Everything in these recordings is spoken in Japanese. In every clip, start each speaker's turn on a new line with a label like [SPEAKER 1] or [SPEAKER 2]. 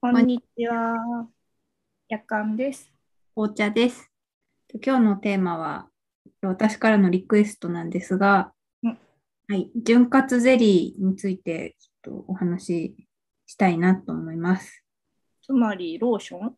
[SPEAKER 1] こんにちは。やかんです。
[SPEAKER 2] 紅茶です。今日のテーマは私からのリクエストなんですが、
[SPEAKER 1] うん
[SPEAKER 2] はい、潤滑ゼリーについてちょっとお話ししたいなと思います。
[SPEAKER 1] つまりローション。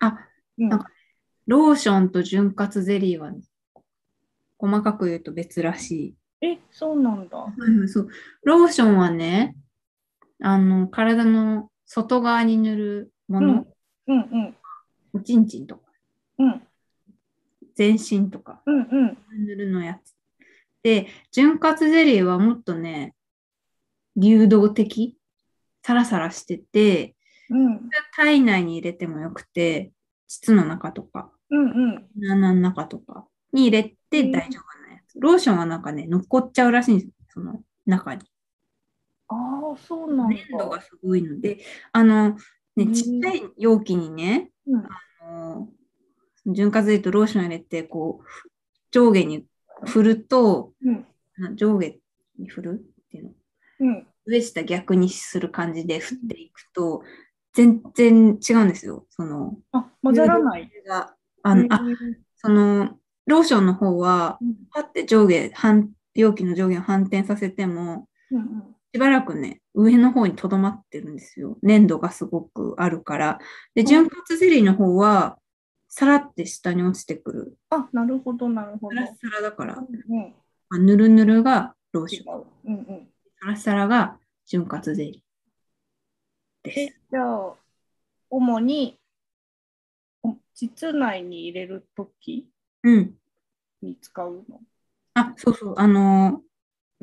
[SPEAKER 2] あ、
[SPEAKER 1] うん
[SPEAKER 2] なんかローションと潤滑ゼリーは細かく言うと別らし
[SPEAKER 1] え、そうなんだ。
[SPEAKER 2] い。そうローションはね、あの体の外側に塗るもの、
[SPEAKER 1] うんうん
[SPEAKER 2] おちんちんとか
[SPEAKER 1] うん
[SPEAKER 2] 全身とか
[SPEAKER 1] うんうん
[SPEAKER 2] 塗るのやつ。で、潤滑ゼリーはもっとね、流動的、サラサラしてて、
[SPEAKER 1] うん
[SPEAKER 2] 体内に入れてもよくて、膣の中とか、
[SPEAKER 1] うんうん。
[SPEAKER 2] 鼻の中とかに入れて
[SPEAKER 1] うん
[SPEAKER 2] 大丈夫なやつ。ローションはなんかね、残っちゃうらしいんですよ、その中に。
[SPEAKER 1] ああ、そうなんだ。
[SPEAKER 2] 粘度がすごいので、あの、
[SPEAKER 1] う
[SPEAKER 2] ね、
[SPEAKER 1] ん
[SPEAKER 2] ちっちゃい容器にね、
[SPEAKER 1] うん
[SPEAKER 2] あの潤滑ゼリーとローション入れて、こう、上下に振ると、
[SPEAKER 1] うん
[SPEAKER 2] な上下に振るっていうの
[SPEAKER 1] うん。
[SPEAKER 2] 上下逆にする感じで振っていくと全然違うんですよその
[SPEAKER 1] あ、混ざらない。
[SPEAKER 2] があの、あそのローションの方は
[SPEAKER 1] うん
[SPEAKER 2] パッて上下反容器の上下を反転させても
[SPEAKER 1] うん
[SPEAKER 2] しばらくね上の方にとどまってるんですよ粘度がすごくあるからで潤滑ゼリーの方はさらって下に落ちてくる
[SPEAKER 1] あ、なるほどなるほ
[SPEAKER 2] サ
[SPEAKER 1] ど。
[SPEAKER 2] ラッサラだから
[SPEAKER 1] うんうん。
[SPEAKER 2] まあぬるぬるがロー
[SPEAKER 1] 違
[SPEAKER 2] ション
[SPEAKER 1] う。うんうん。
[SPEAKER 2] サラサラが潤滑ゼリーです
[SPEAKER 1] え、じゃあ主にお膣内に入れるとき
[SPEAKER 2] うん。
[SPEAKER 1] に使うの。
[SPEAKER 2] あ、そうそう。あの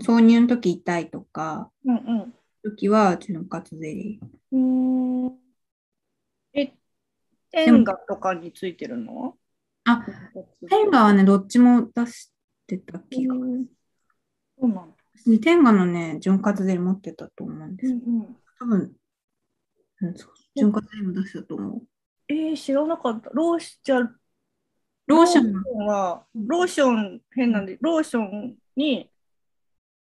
[SPEAKER 2] ー、挿入の時痛いとか、
[SPEAKER 1] うんうん。
[SPEAKER 2] 時は潤滑ゼリー。
[SPEAKER 1] うーんえ、天下とかについてるの
[SPEAKER 2] あ、テンガはね、どっちも出してた
[SPEAKER 1] えー
[SPEAKER 2] 気が。
[SPEAKER 1] そうなんだ。
[SPEAKER 2] 私テンガのね、潤滑ゼリー持ってたと思うんで
[SPEAKER 1] うん
[SPEAKER 2] す。
[SPEAKER 1] うん、
[SPEAKER 2] 多分、うん、そう。潤滑ゼリーも出してたと思う。
[SPEAKER 1] えー、知らなかった。ローシじゃあ
[SPEAKER 2] ローション
[SPEAKER 1] ロ
[SPEAKER 2] は
[SPEAKER 1] ーションは、ローション、変なんで、ローションに、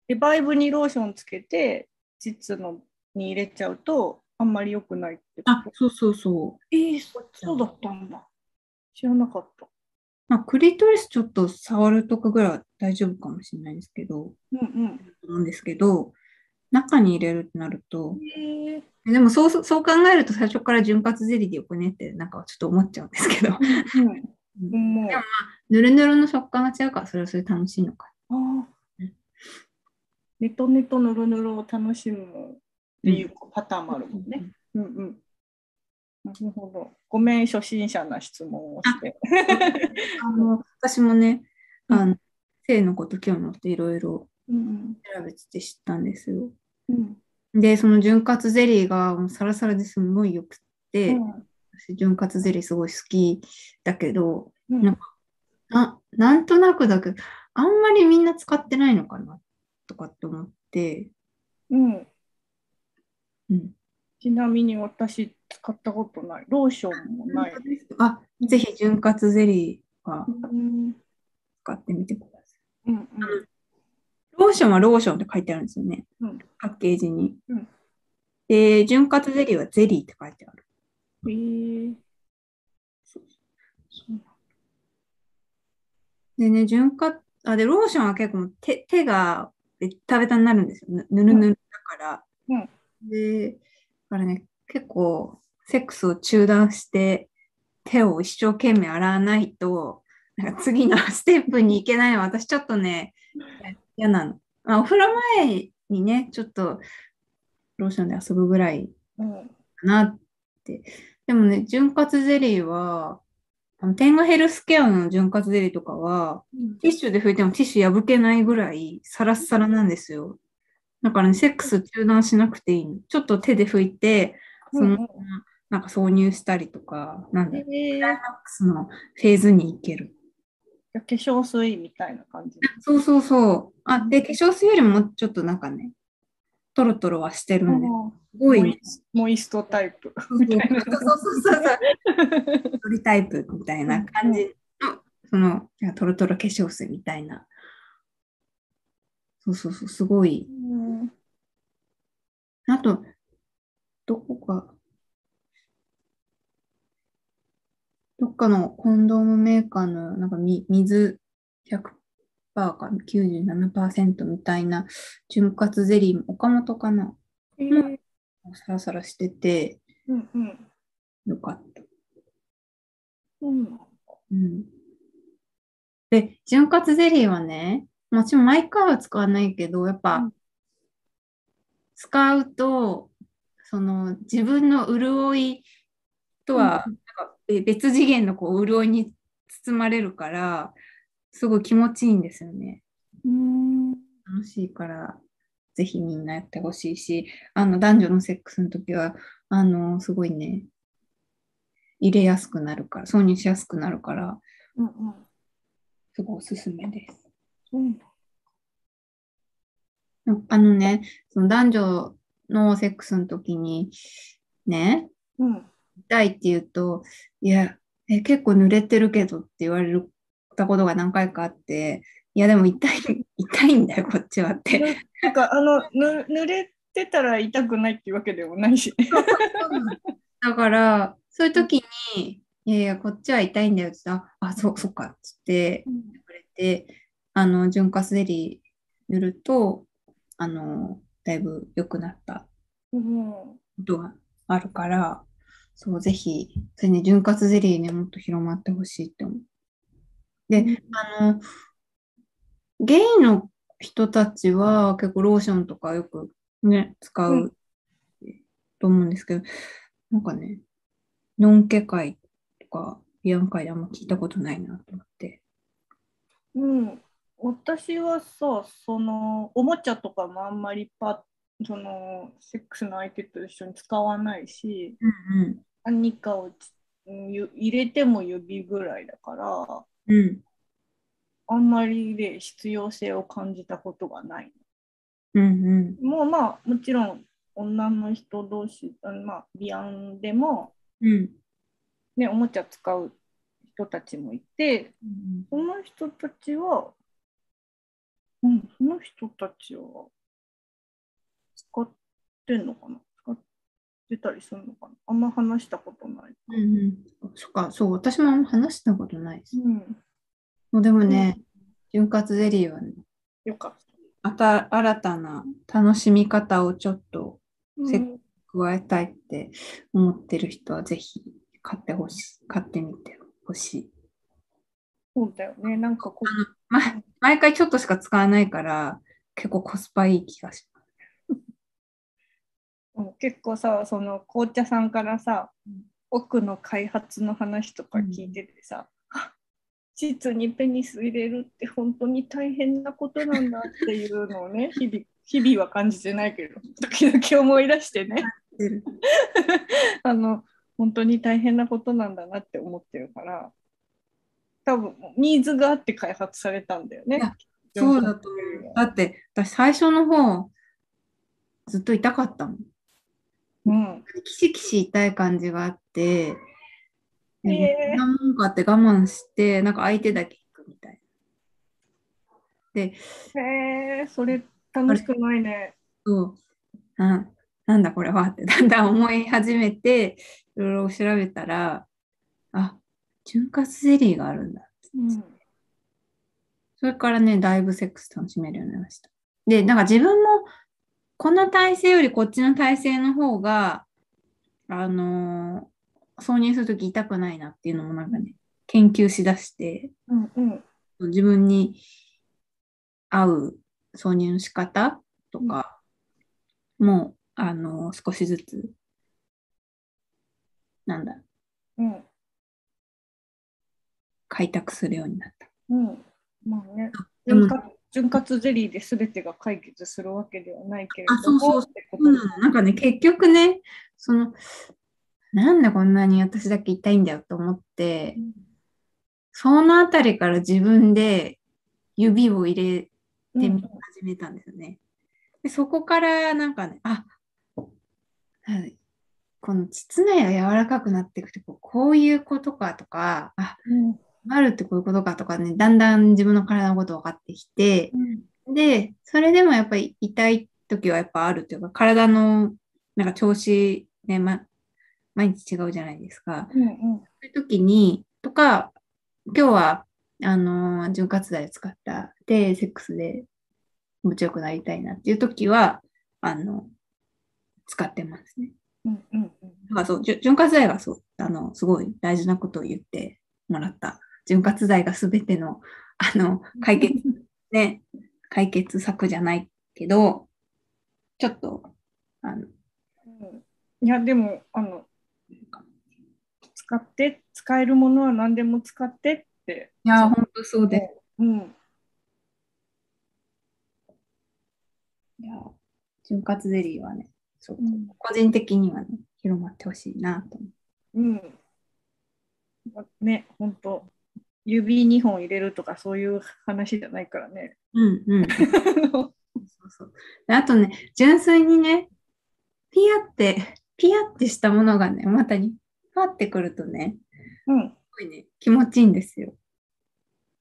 [SPEAKER 1] リバイブにローションつけて、膣のに入れちゃうと、あんまり良くないってこ
[SPEAKER 2] あ
[SPEAKER 1] と。、
[SPEAKER 2] そうそうそう。
[SPEAKER 1] えー、そそうだったんだ。知らなかった。
[SPEAKER 2] まあ、クリトリスちょっと触るとかぐらいは大丈夫かもしれないんですけど、
[SPEAKER 1] うん
[SPEAKER 2] 思うんですけど、中に入れるってなると
[SPEAKER 1] うん。、えー、
[SPEAKER 2] でもそうそうそう考えると最初から潤滑ゼリーでよくねってなんかちょっと思っちゃうんですけど
[SPEAKER 1] うん、うん、 もう。
[SPEAKER 2] でもぬるぬるの食感が違うからそれはそれで楽しいのか
[SPEAKER 1] ああ
[SPEAKER 2] うん。
[SPEAKER 1] ネトネトぬるぬるを楽しむっていうパターンもあるもんね。うんうん。なるほど。ごめん、初心者な質問をして。
[SPEAKER 2] あの私もね
[SPEAKER 1] うん
[SPEAKER 2] あの性のこと興味持っていろいろ
[SPEAKER 1] うん
[SPEAKER 2] 調べてて知ったんですよ
[SPEAKER 1] うん。
[SPEAKER 2] でその潤滑ゼリーがもうサラサラですごいよくっ
[SPEAKER 1] う
[SPEAKER 2] て、
[SPEAKER 1] ん
[SPEAKER 2] 私潤滑ゼリーすごい好きだけど
[SPEAKER 1] うん
[SPEAKER 2] なんななんとなくだけどあんまりみんな使ってないのかなとかって思って、
[SPEAKER 1] うん。
[SPEAKER 2] うん、
[SPEAKER 1] ちなみに私、使ったことない。ローションもない。
[SPEAKER 2] あぜひ潤滑ゼリーは
[SPEAKER 1] うん
[SPEAKER 2] 使ってみてください。
[SPEAKER 1] うん
[SPEAKER 2] ローションはローションって書いてあるんですよね。
[SPEAKER 1] うん
[SPEAKER 2] パッケージに。
[SPEAKER 1] うん
[SPEAKER 2] で、潤滑ゼリーはゼリーって書いてある。
[SPEAKER 1] うん。へえ
[SPEAKER 2] でね、潤滑、あ、で、ローションは結構もう手手がベッタベタになるんですよ。ぬぬるぬるだから。
[SPEAKER 1] うん
[SPEAKER 2] で、だからね、結構セックスを中断して手を一生懸命洗わないと、なんか次のステップに行けないの私ちょっとね、嫌なの。まあ、お風呂前にね、ちょっとローションで遊ぶぐらい
[SPEAKER 1] うん
[SPEAKER 2] かなって。でもね、潤滑ゼリーは、あのテンガヘルスケアの潤滑ゼリーとかは、ティッシュで拭いてもティッシュ破けないぐらいサラッサラなんですよ。だからね、セックス中断しなくていいの。ちょっと手で拭いて、そのままなんか挿入したりとか、なん
[SPEAKER 1] うん。
[SPEAKER 2] だ
[SPEAKER 1] へ
[SPEAKER 2] ろう、
[SPEAKER 1] え
[SPEAKER 2] クライマックスのフェーズに行ける。
[SPEAKER 1] 化粧水みたいな感じ。
[SPEAKER 2] そうそうそう。あ、で、化粧水よりもちょっとなんかね、トロトロはしてるんで、すごい、ね、
[SPEAKER 1] モイストタイプ。
[SPEAKER 2] そうそうそうそう。鳥タイプみたいな感じの、そのなんかトロトロ化粧水みたいな。そうそうそう、すごい。
[SPEAKER 1] うん
[SPEAKER 2] あと、どこか、どっかのコンドームメーカーのなんかみ水100%か97%みたいな潤滑ゼリーも岡本かな
[SPEAKER 1] え
[SPEAKER 2] ーサラサラしてて
[SPEAKER 1] うんうん。
[SPEAKER 2] よかった。
[SPEAKER 1] うん。
[SPEAKER 2] うん、で、潤滑ゼリーはね、もちろん毎回は使わないけど、やっぱ、
[SPEAKER 1] うん
[SPEAKER 2] 使うと、その自分の潤いとは、
[SPEAKER 1] う
[SPEAKER 2] なんかべ別次元のこう潤いに包まれるから、すごい気持ちいいんですよね。
[SPEAKER 1] うん。
[SPEAKER 2] 楽しいから、ぜひみんなやってほしいし、あの男女のセックスの時は、あの、すごいね、入れやすくなるから、挿入しやすくなるから、
[SPEAKER 1] うんうん。
[SPEAKER 2] すごいおすすめです。
[SPEAKER 1] うん
[SPEAKER 2] あのね、その男女のセックスの時に、ね、
[SPEAKER 1] うん。
[SPEAKER 2] 痛いって言うと、いや、え結構濡れてるけどって言われたことが何回かあって、いや、でも痛い、 痛いんだよ、こっちはって。
[SPEAKER 1] なんかあのぬ濡れてたら痛くないっていうわけでもないしね。
[SPEAKER 2] だから、そういう時に、いやいや、こっちは痛いんだよって言ったら、あ、そう、そっか、つってくれて、あの、潤滑ゼリー塗ると、あの、だいぶ良くなった
[SPEAKER 1] うん。
[SPEAKER 2] ことがあるから、そう、ぜひ、それね、潤滑ゼリーね、もっと広まってほしいって思う。で、あの、ゲイの人たちは結構ローションとかよくね、使
[SPEAKER 1] う
[SPEAKER 2] うと思うんですけど、なんかね、ノンケ会とか、ビアン会であんま聞いたことないなと思って。
[SPEAKER 1] うん、私はさそのおもちゃとかもあんまりパそのセックスの相手と一緒に使わないし
[SPEAKER 2] うん
[SPEAKER 1] 何かをつうんゆ入れても指ぐらいだから
[SPEAKER 2] うん。うん。
[SPEAKER 1] あんまりで必要性を感じたことがない。
[SPEAKER 2] うんうん。
[SPEAKER 1] もうまあもちろん女の人同士、あのまあ、ビアンでも、
[SPEAKER 2] うん。
[SPEAKER 1] ね、おもちゃ使う人たちもいて
[SPEAKER 2] うん
[SPEAKER 1] その人たちは、うん、その人たちは、使ってんのかな使ってたりするのかなあんま話したことない。
[SPEAKER 2] うんうん。そっか、そう、私もあんま話したことないです。
[SPEAKER 1] うん。
[SPEAKER 2] もうでもね、潤滑ゼリーはね、
[SPEAKER 1] よかっ
[SPEAKER 2] あた新たな楽しみ方をちょっと
[SPEAKER 1] た。
[SPEAKER 2] せ加えたいって思ってる人はぜひ買ってほしい。買ってみてほしい。
[SPEAKER 1] そうだよね。なんかこう、
[SPEAKER 2] ま、毎回ちょっとしか使わないから、結構コスパいい気がします。
[SPEAKER 1] うん結構さ、その紅茶さんからさ、奥の開発の話とか聞いててさ、あシーツにペニス入れるって本当に大変なことなんだっていうのを ね、日々、日々は感じてないけど、時々思い出してね。あの本当に大変なことなんだなって思ってるから多分ニーズがあって開発されたんだよね
[SPEAKER 2] いや。そうだと思う。だって、私最初の方、ずっと痛かったもん。
[SPEAKER 1] うん、
[SPEAKER 2] キシキシ痛い感じがあって、
[SPEAKER 1] ええ
[SPEAKER 2] こんなもんかって我慢して、なんか相手だけ行くみたいな。
[SPEAKER 1] へえそれ楽しくないね。
[SPEAKER 2] そうななんだこれはって だんだん思い始めていろいろ調べたらあ潤滑ゼリーがあるんだ
[SPEAKER 1] うん
[SPEAKER 2] それからねだいぶセックス楽しめるようになりましたでなんか自分もこの体勢よりこっちの体勢の方があのー挿入するとき痛くないなっていうのもなんかね研究しだして
[SPEAKER 1] うんうん
[SPEAKER 2] 自分に合う挿入の仕方とかも、あの少しずつなんだ
[SPEAKER 1] うん
[SPEAKER 2] 開拓するようになった。
[SPEAKER 1] うんまあね
[SPEAKER 2] でも
[SPEAKER 1] 潤滑潤滑ゼリーで全てが解決するわけではないけれども
[SPEAKER 2] あそうそう
[SPEAKER 1] ってこ
[SPEAKER 2] そ
[SPEAKER 1] と
[SPEAKER 2] う
[SPEAKER 1] だ
[SPEAKER 2] なのなんかね結局ねそのなんでこんなに私だけ痛いんだよと思ってそのあたりから自分で指を入れ
[SPEAKER 1] うん
[SPEAKER 2] で見始めたんですよね。でそこからなんかね、あはいこの膣内が柔らかくなっていくとこうこういうことかとか、あ
[SPEAKER 1] うん
[SPEAKER 2] マルってこういうことかとかね、だんだん自分の体のこと分かってきて、
[SPEAKER 1] うん
[SPEAKER 2] で、それでもやっぱり痛い時はやっぱあるというか、体のなんか調子ね、ま、毎日違うじゃないですか。
[SPEAKER 1] うんうん
[SPEAKER 2] そういう時に、とか、今日は、あのー潤滑剤を使った、で、セックスで気持ちよくなりたいなっていう時は、あの、使ってますね。
[SPEAKER 1] うんうんうん
[SPEAKER 2] だからそう、じゅ潤滑剤がそう、あの、すごい大事なことを言ってもらった。潤滑剤が全ての、あの、解 決、ね、解決策じゃないけど、ちょっと、あ
[SPEAKER 1] う
[SPEAKER 2] の、
[SPEAKER 1] んいやでもあの使って使えるものは何でも使ってって、
[SPEAKER 2] いや、本当そうです。
[SPEAKER 1] うん、
[SPEAKER 2] いや、潤滑ゼリーはね、そう
[SPEAKER 1] うん
[SPEAKER 2] 個人的にはね、広まってほしいなと思う。
[SPEAKER 1] うん。ね、本当指2本入れるとかそういう話じゃないからね。
[SPEAKER 2] うんうん。そう
[SPEAKER 1] あの
[SPEAKER 2] そうであとね、純粋にね、ピヤって、ピヤってしたものがね、お股にパってくるとね、
[SPEAKER 1] うん。
[SPEAKER 2] すごいね、気持ちいいんですよ。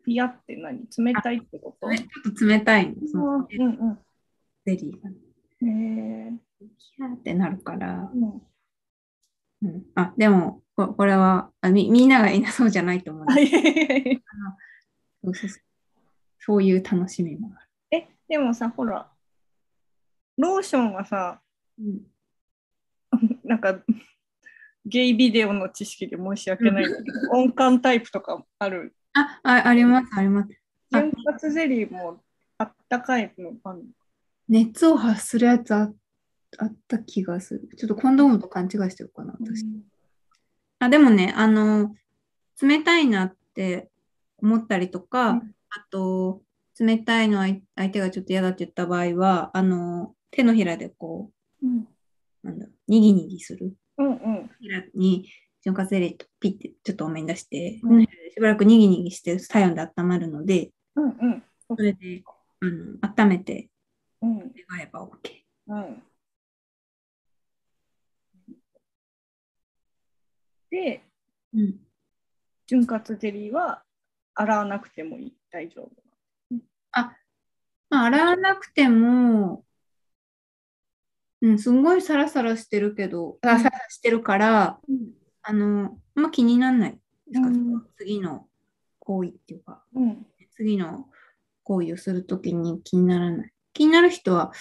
[SPEAKER 1] ピヤって何冷たいってこと
[SPEAKER 2] ねちょっと冷たいの、その
[SPEAKER 1] うんうん
[SPEAKER 2] ゼリーがね。
[SPEAKER 1] うん。へえ
[SPEAKER 2] ピヤってなるから、
[SPEAKER 1] うん
[SPEAKER 2] うん、あ、でも、ここれはあみ、みんながいなそうじゃないと思うんで
[SPEAKER 1] あいやいやいや
[SPEAKER 2] そうそうそうそういう楽しみもあ
[SPEAKER 1] え、でもさ、ほら、ローションはさ、
[SPEAKER 2] る。うん
[SPEAKER 1] なんか、ゲイビデオの知識で申し訳ないんだけど、音感タイプとかある。
[SPEAKER 2] あ、ああります、あります。あ
[SPEAKER 1] 潤滑ゼリーもあったかいのある
[SPEAKER 2] 熱を発するやつああった気がする。ちょっとコンドームと勘違いしてるかな、私。あでもね、あの、冷たいなって思ったりとか、
[SPEAKER 1] うん
[SPEAKER 2] あと、冷たいの相相手がちょっと嫌だって言った場合は、あの、手のひらでこ
[SPEAKER 1] うん
[SPEAKER 2] う、なんだろう、にぎにぎする。
[SPEAKER 1] うんうん。
[SPEAKER 2] 手のひらに、潤滑ゼリーとピッてちょっと多めに出して、
[SPEAKER 1] うん
[SPEAKER 2] 手のひらでしばらくにぎにぎして体温で温まるので、
[SPEAKER 1] うんうん。
[SPEAKER 2] それで、あの、温めて
[SPEAKER 1] うん
[SPEAKER 2] 願えば OK。
[SPEAKER 1] うんで、
[SPEAKER 2] うん。
[SPEAKER 1] 潤滑ゼリーは洗わなくてもいい、大丈夫。
[SPEAKER 2] まあ、洗わなくても、うん、すんごいサラサラしてるけど、あ、サラサラしてるから、
[SPEAKER 1] うん
[SPEAKER 2] あの、あんま気にならない。なんか
[SPEAKER 1] うん
[SPEAKER 2] 次の行為っていうか、
[SPEAKER 1] うん
[SPEAKER 2] 次の行為をするときに気にならない。気になる人は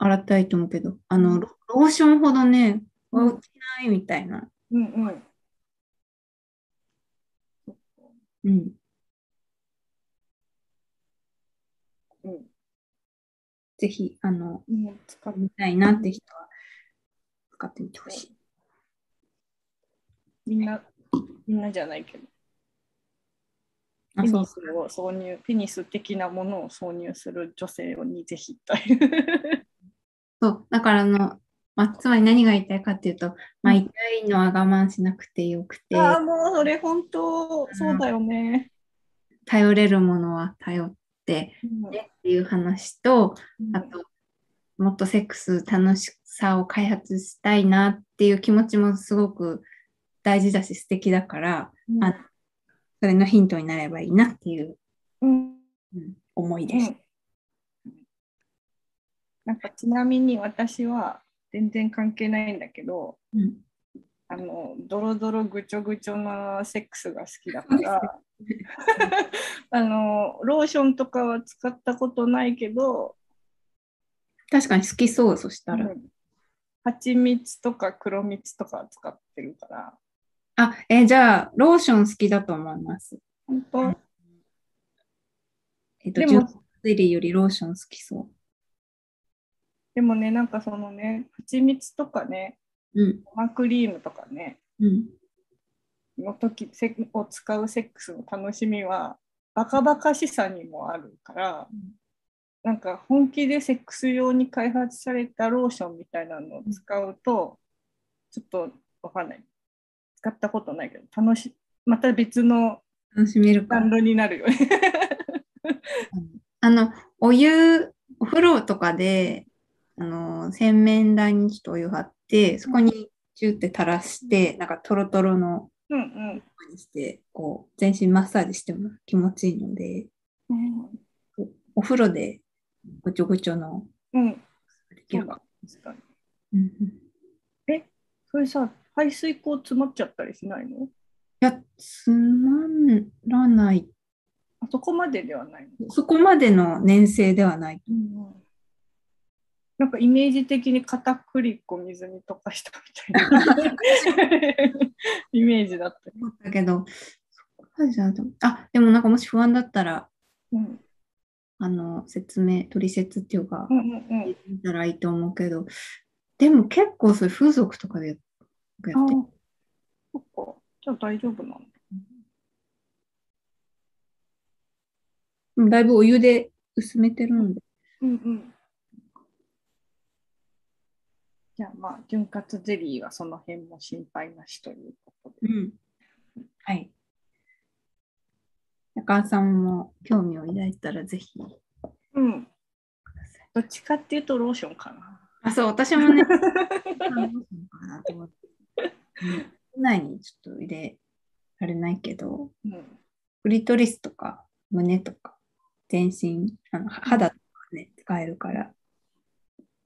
[SPEAKER 2] 洗ったらいいと思うけど、あの、ロローションほどね、
[SPEAKER 1] うん
[SPEAKER 2] 落ちないみたいな。
[SPEAKER 1] うんうん。
[SPEAKER 2] うん。
[SPEAKER 1] うん
[SPEAKER 2] ぜひ、あの、
[SPEAKER 1] もう使っ
[SPEAKER 2] 見たいなって人は使ってみてほしい。
[SPEAKER 1] みんな、みんなじゃないけど、
[SPEAKER 2] あ、
[SPEAKER 1] ペ
[SPEAKER 2] そう
[SPEAKER 1] ニスを挿入、ペニス的なものを挿入する女性にぜひという。
[SPEAKER 2] そう、だからあの、まあ、つまり何が言いたいかっていうと、まあ、
[SPEAKER 1] うん
[SPEAKER 2] 痛いのは我慢しなくてよくて、
[SPEAKER 1] ああ、もうそれ本当、そうだよね。
[SPEAKER 2] 頼れるものは頼って
[SPEAKER 1] うん
[SPEAKER 2] ねっていう話と、あと、もっとセックス楽しさを開発したいなっていう気持ちもすごく大事だし素敵だから、
[SPEAKER 1] うん
[SPEAKER 2] あそれのヒントになればいいなっていう、
[SPEAKER 1] うん
[SPEAKER 2] うん思いです。
[SPEAKER 1] うんなんかちなみに私は全然関係ないんだけど
[SPEAKER 2] うん
[SPEAKER 1] あのドロドロぐちょぐちょなセックスが好きだから あのローションとかは使ったことないけど、
[SPEAKER 2] 確かに好きそう、そした
[SPEAKER 1] う
[SPEAKER 2] ら。
[SPEAKER 1] ん、蜂蜜とか黒蜜とか使ってるから
[SPEAKER 2] あ、え、じゃあ、ローション好きだと思います。
[SPEAKER 1] 本当、
[SPEAKER 2] うんえっと、
[SPEAKER 1] で
[SPEAKER 2] ジュー
[SPEAKER 1] も
[SPEAKER 2] スゼリーよりローション好きそ
[SPEAKER 1] でもねなんかそのね蜂蜜とかね
[SPEAKER 2] う。うん。
[SPEAKER 1] 生クリームとかね
[SPEAKER 2] うん。
[SPEAKER 1] の時セを使うセックスの楽しみはバカバカしさにもあるから、
[SPEAKER 2] うん
[SPEAKER 1] なんか本気でセックス用に開発されたローションみたいなのを使うと、ちょっとわかんない使ったことないけど楽しまた別の
[SPEAKER 2] 楽しめ
[SPEAKER 1] ジ
[SPEAKER 2] る
[SPEAKER 1] ャ
[SPEAKER 2] か
[SPEAKER 1] ン
[SPEAKER 2] ら。
[SPEAKER 1] ルになるよね。
[SPEAKER 2] あの、お湯、お風呂とかで、あの、洗面台にちょっとお湯張って、そこにチューって垂らして、なんかトロトロの
[SPEAKER 1] うんうん
[SPEAKER 2] にして、こう、全身マッサージしても気持ちいいので、おお風呂でごちょごちょの
[SPEAKER 1] うん、
[SPEAKER 2] でき
[SPEAKER 1] そう
[SPEAKER 2] る
[SPEAKER 1] だ
[SPEAKER 2] か。
[SPEAKER 1] 確かに
[SPEAKER 2] うんうん
[SPEAKER 1] それさ排水口詰まっちゃったりしないの
[SPEAKER 2] いや、つまらない。
[SPEAKER 1] あそこまでではないの
[SPEAKER 2] そこまでの粘性ではない。
[SPEAKER 1] なんかイメージ的に片栗粉水に溶かした みたいなイメージだった。
[SPEAKER 2] だけど、そこまでじゃなくてもあ、でもなんかもし不安だったら、
[SPEAKER 1] うん
[SPEAKER 2] あの、説明、取説っていうか
[SPEAKER 1] う、んうん
[SPEAKER 2] 見たらいいと思うけど、でも結構そういう風俗とかでやって
[SPEAKER 1] うん、あそっかじゃあ大丈夫なの
[SPEAKER 2] うんだいぶお湯で薄めてるんで。
[SPEAKER 1] うんうんじゃあまあ潤滑ゼリーはその辺も心配なしということで
[SPEAKER 2] うん。はい。高尾さんも興味を抱いたらぜひ。
[SPEAKER 1] うんどっちかっていうとローションかな
[SPEAKER 2] あ、そう、私も ね、どうしようかなと思って。うん内にちょっと入れられないけど、
[SPEAKER 1] うん
[SPEAKER 2] クリトリスとか胸とか全身、あのは肌とかね、使えるから、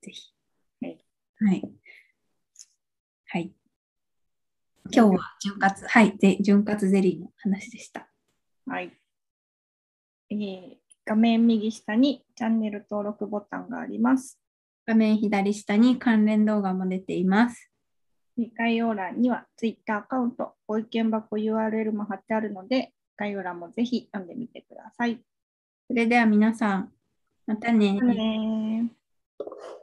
[SPEAKER 2] ぜひ。
[SPEAKER 1] はい。
[SPEAKER 2] はい。はい。今日は潤滑、はい、で潤滑ゼリーの話でした。
[SPEAKER 1] はい、えー画面右下にチャンネル登録ボタンがあります
[SPEAKER 2] 画面左下に関連動画も出ています。
[SPEAKER 1] 概要欄には Twitter アカウント、ご意見箱 URL も貼ってあるので、概要欄もぜひ読んでみてください。
[SPEAKER 2] それでは皆さん、またね
[SPEAKER 1] じゃあねー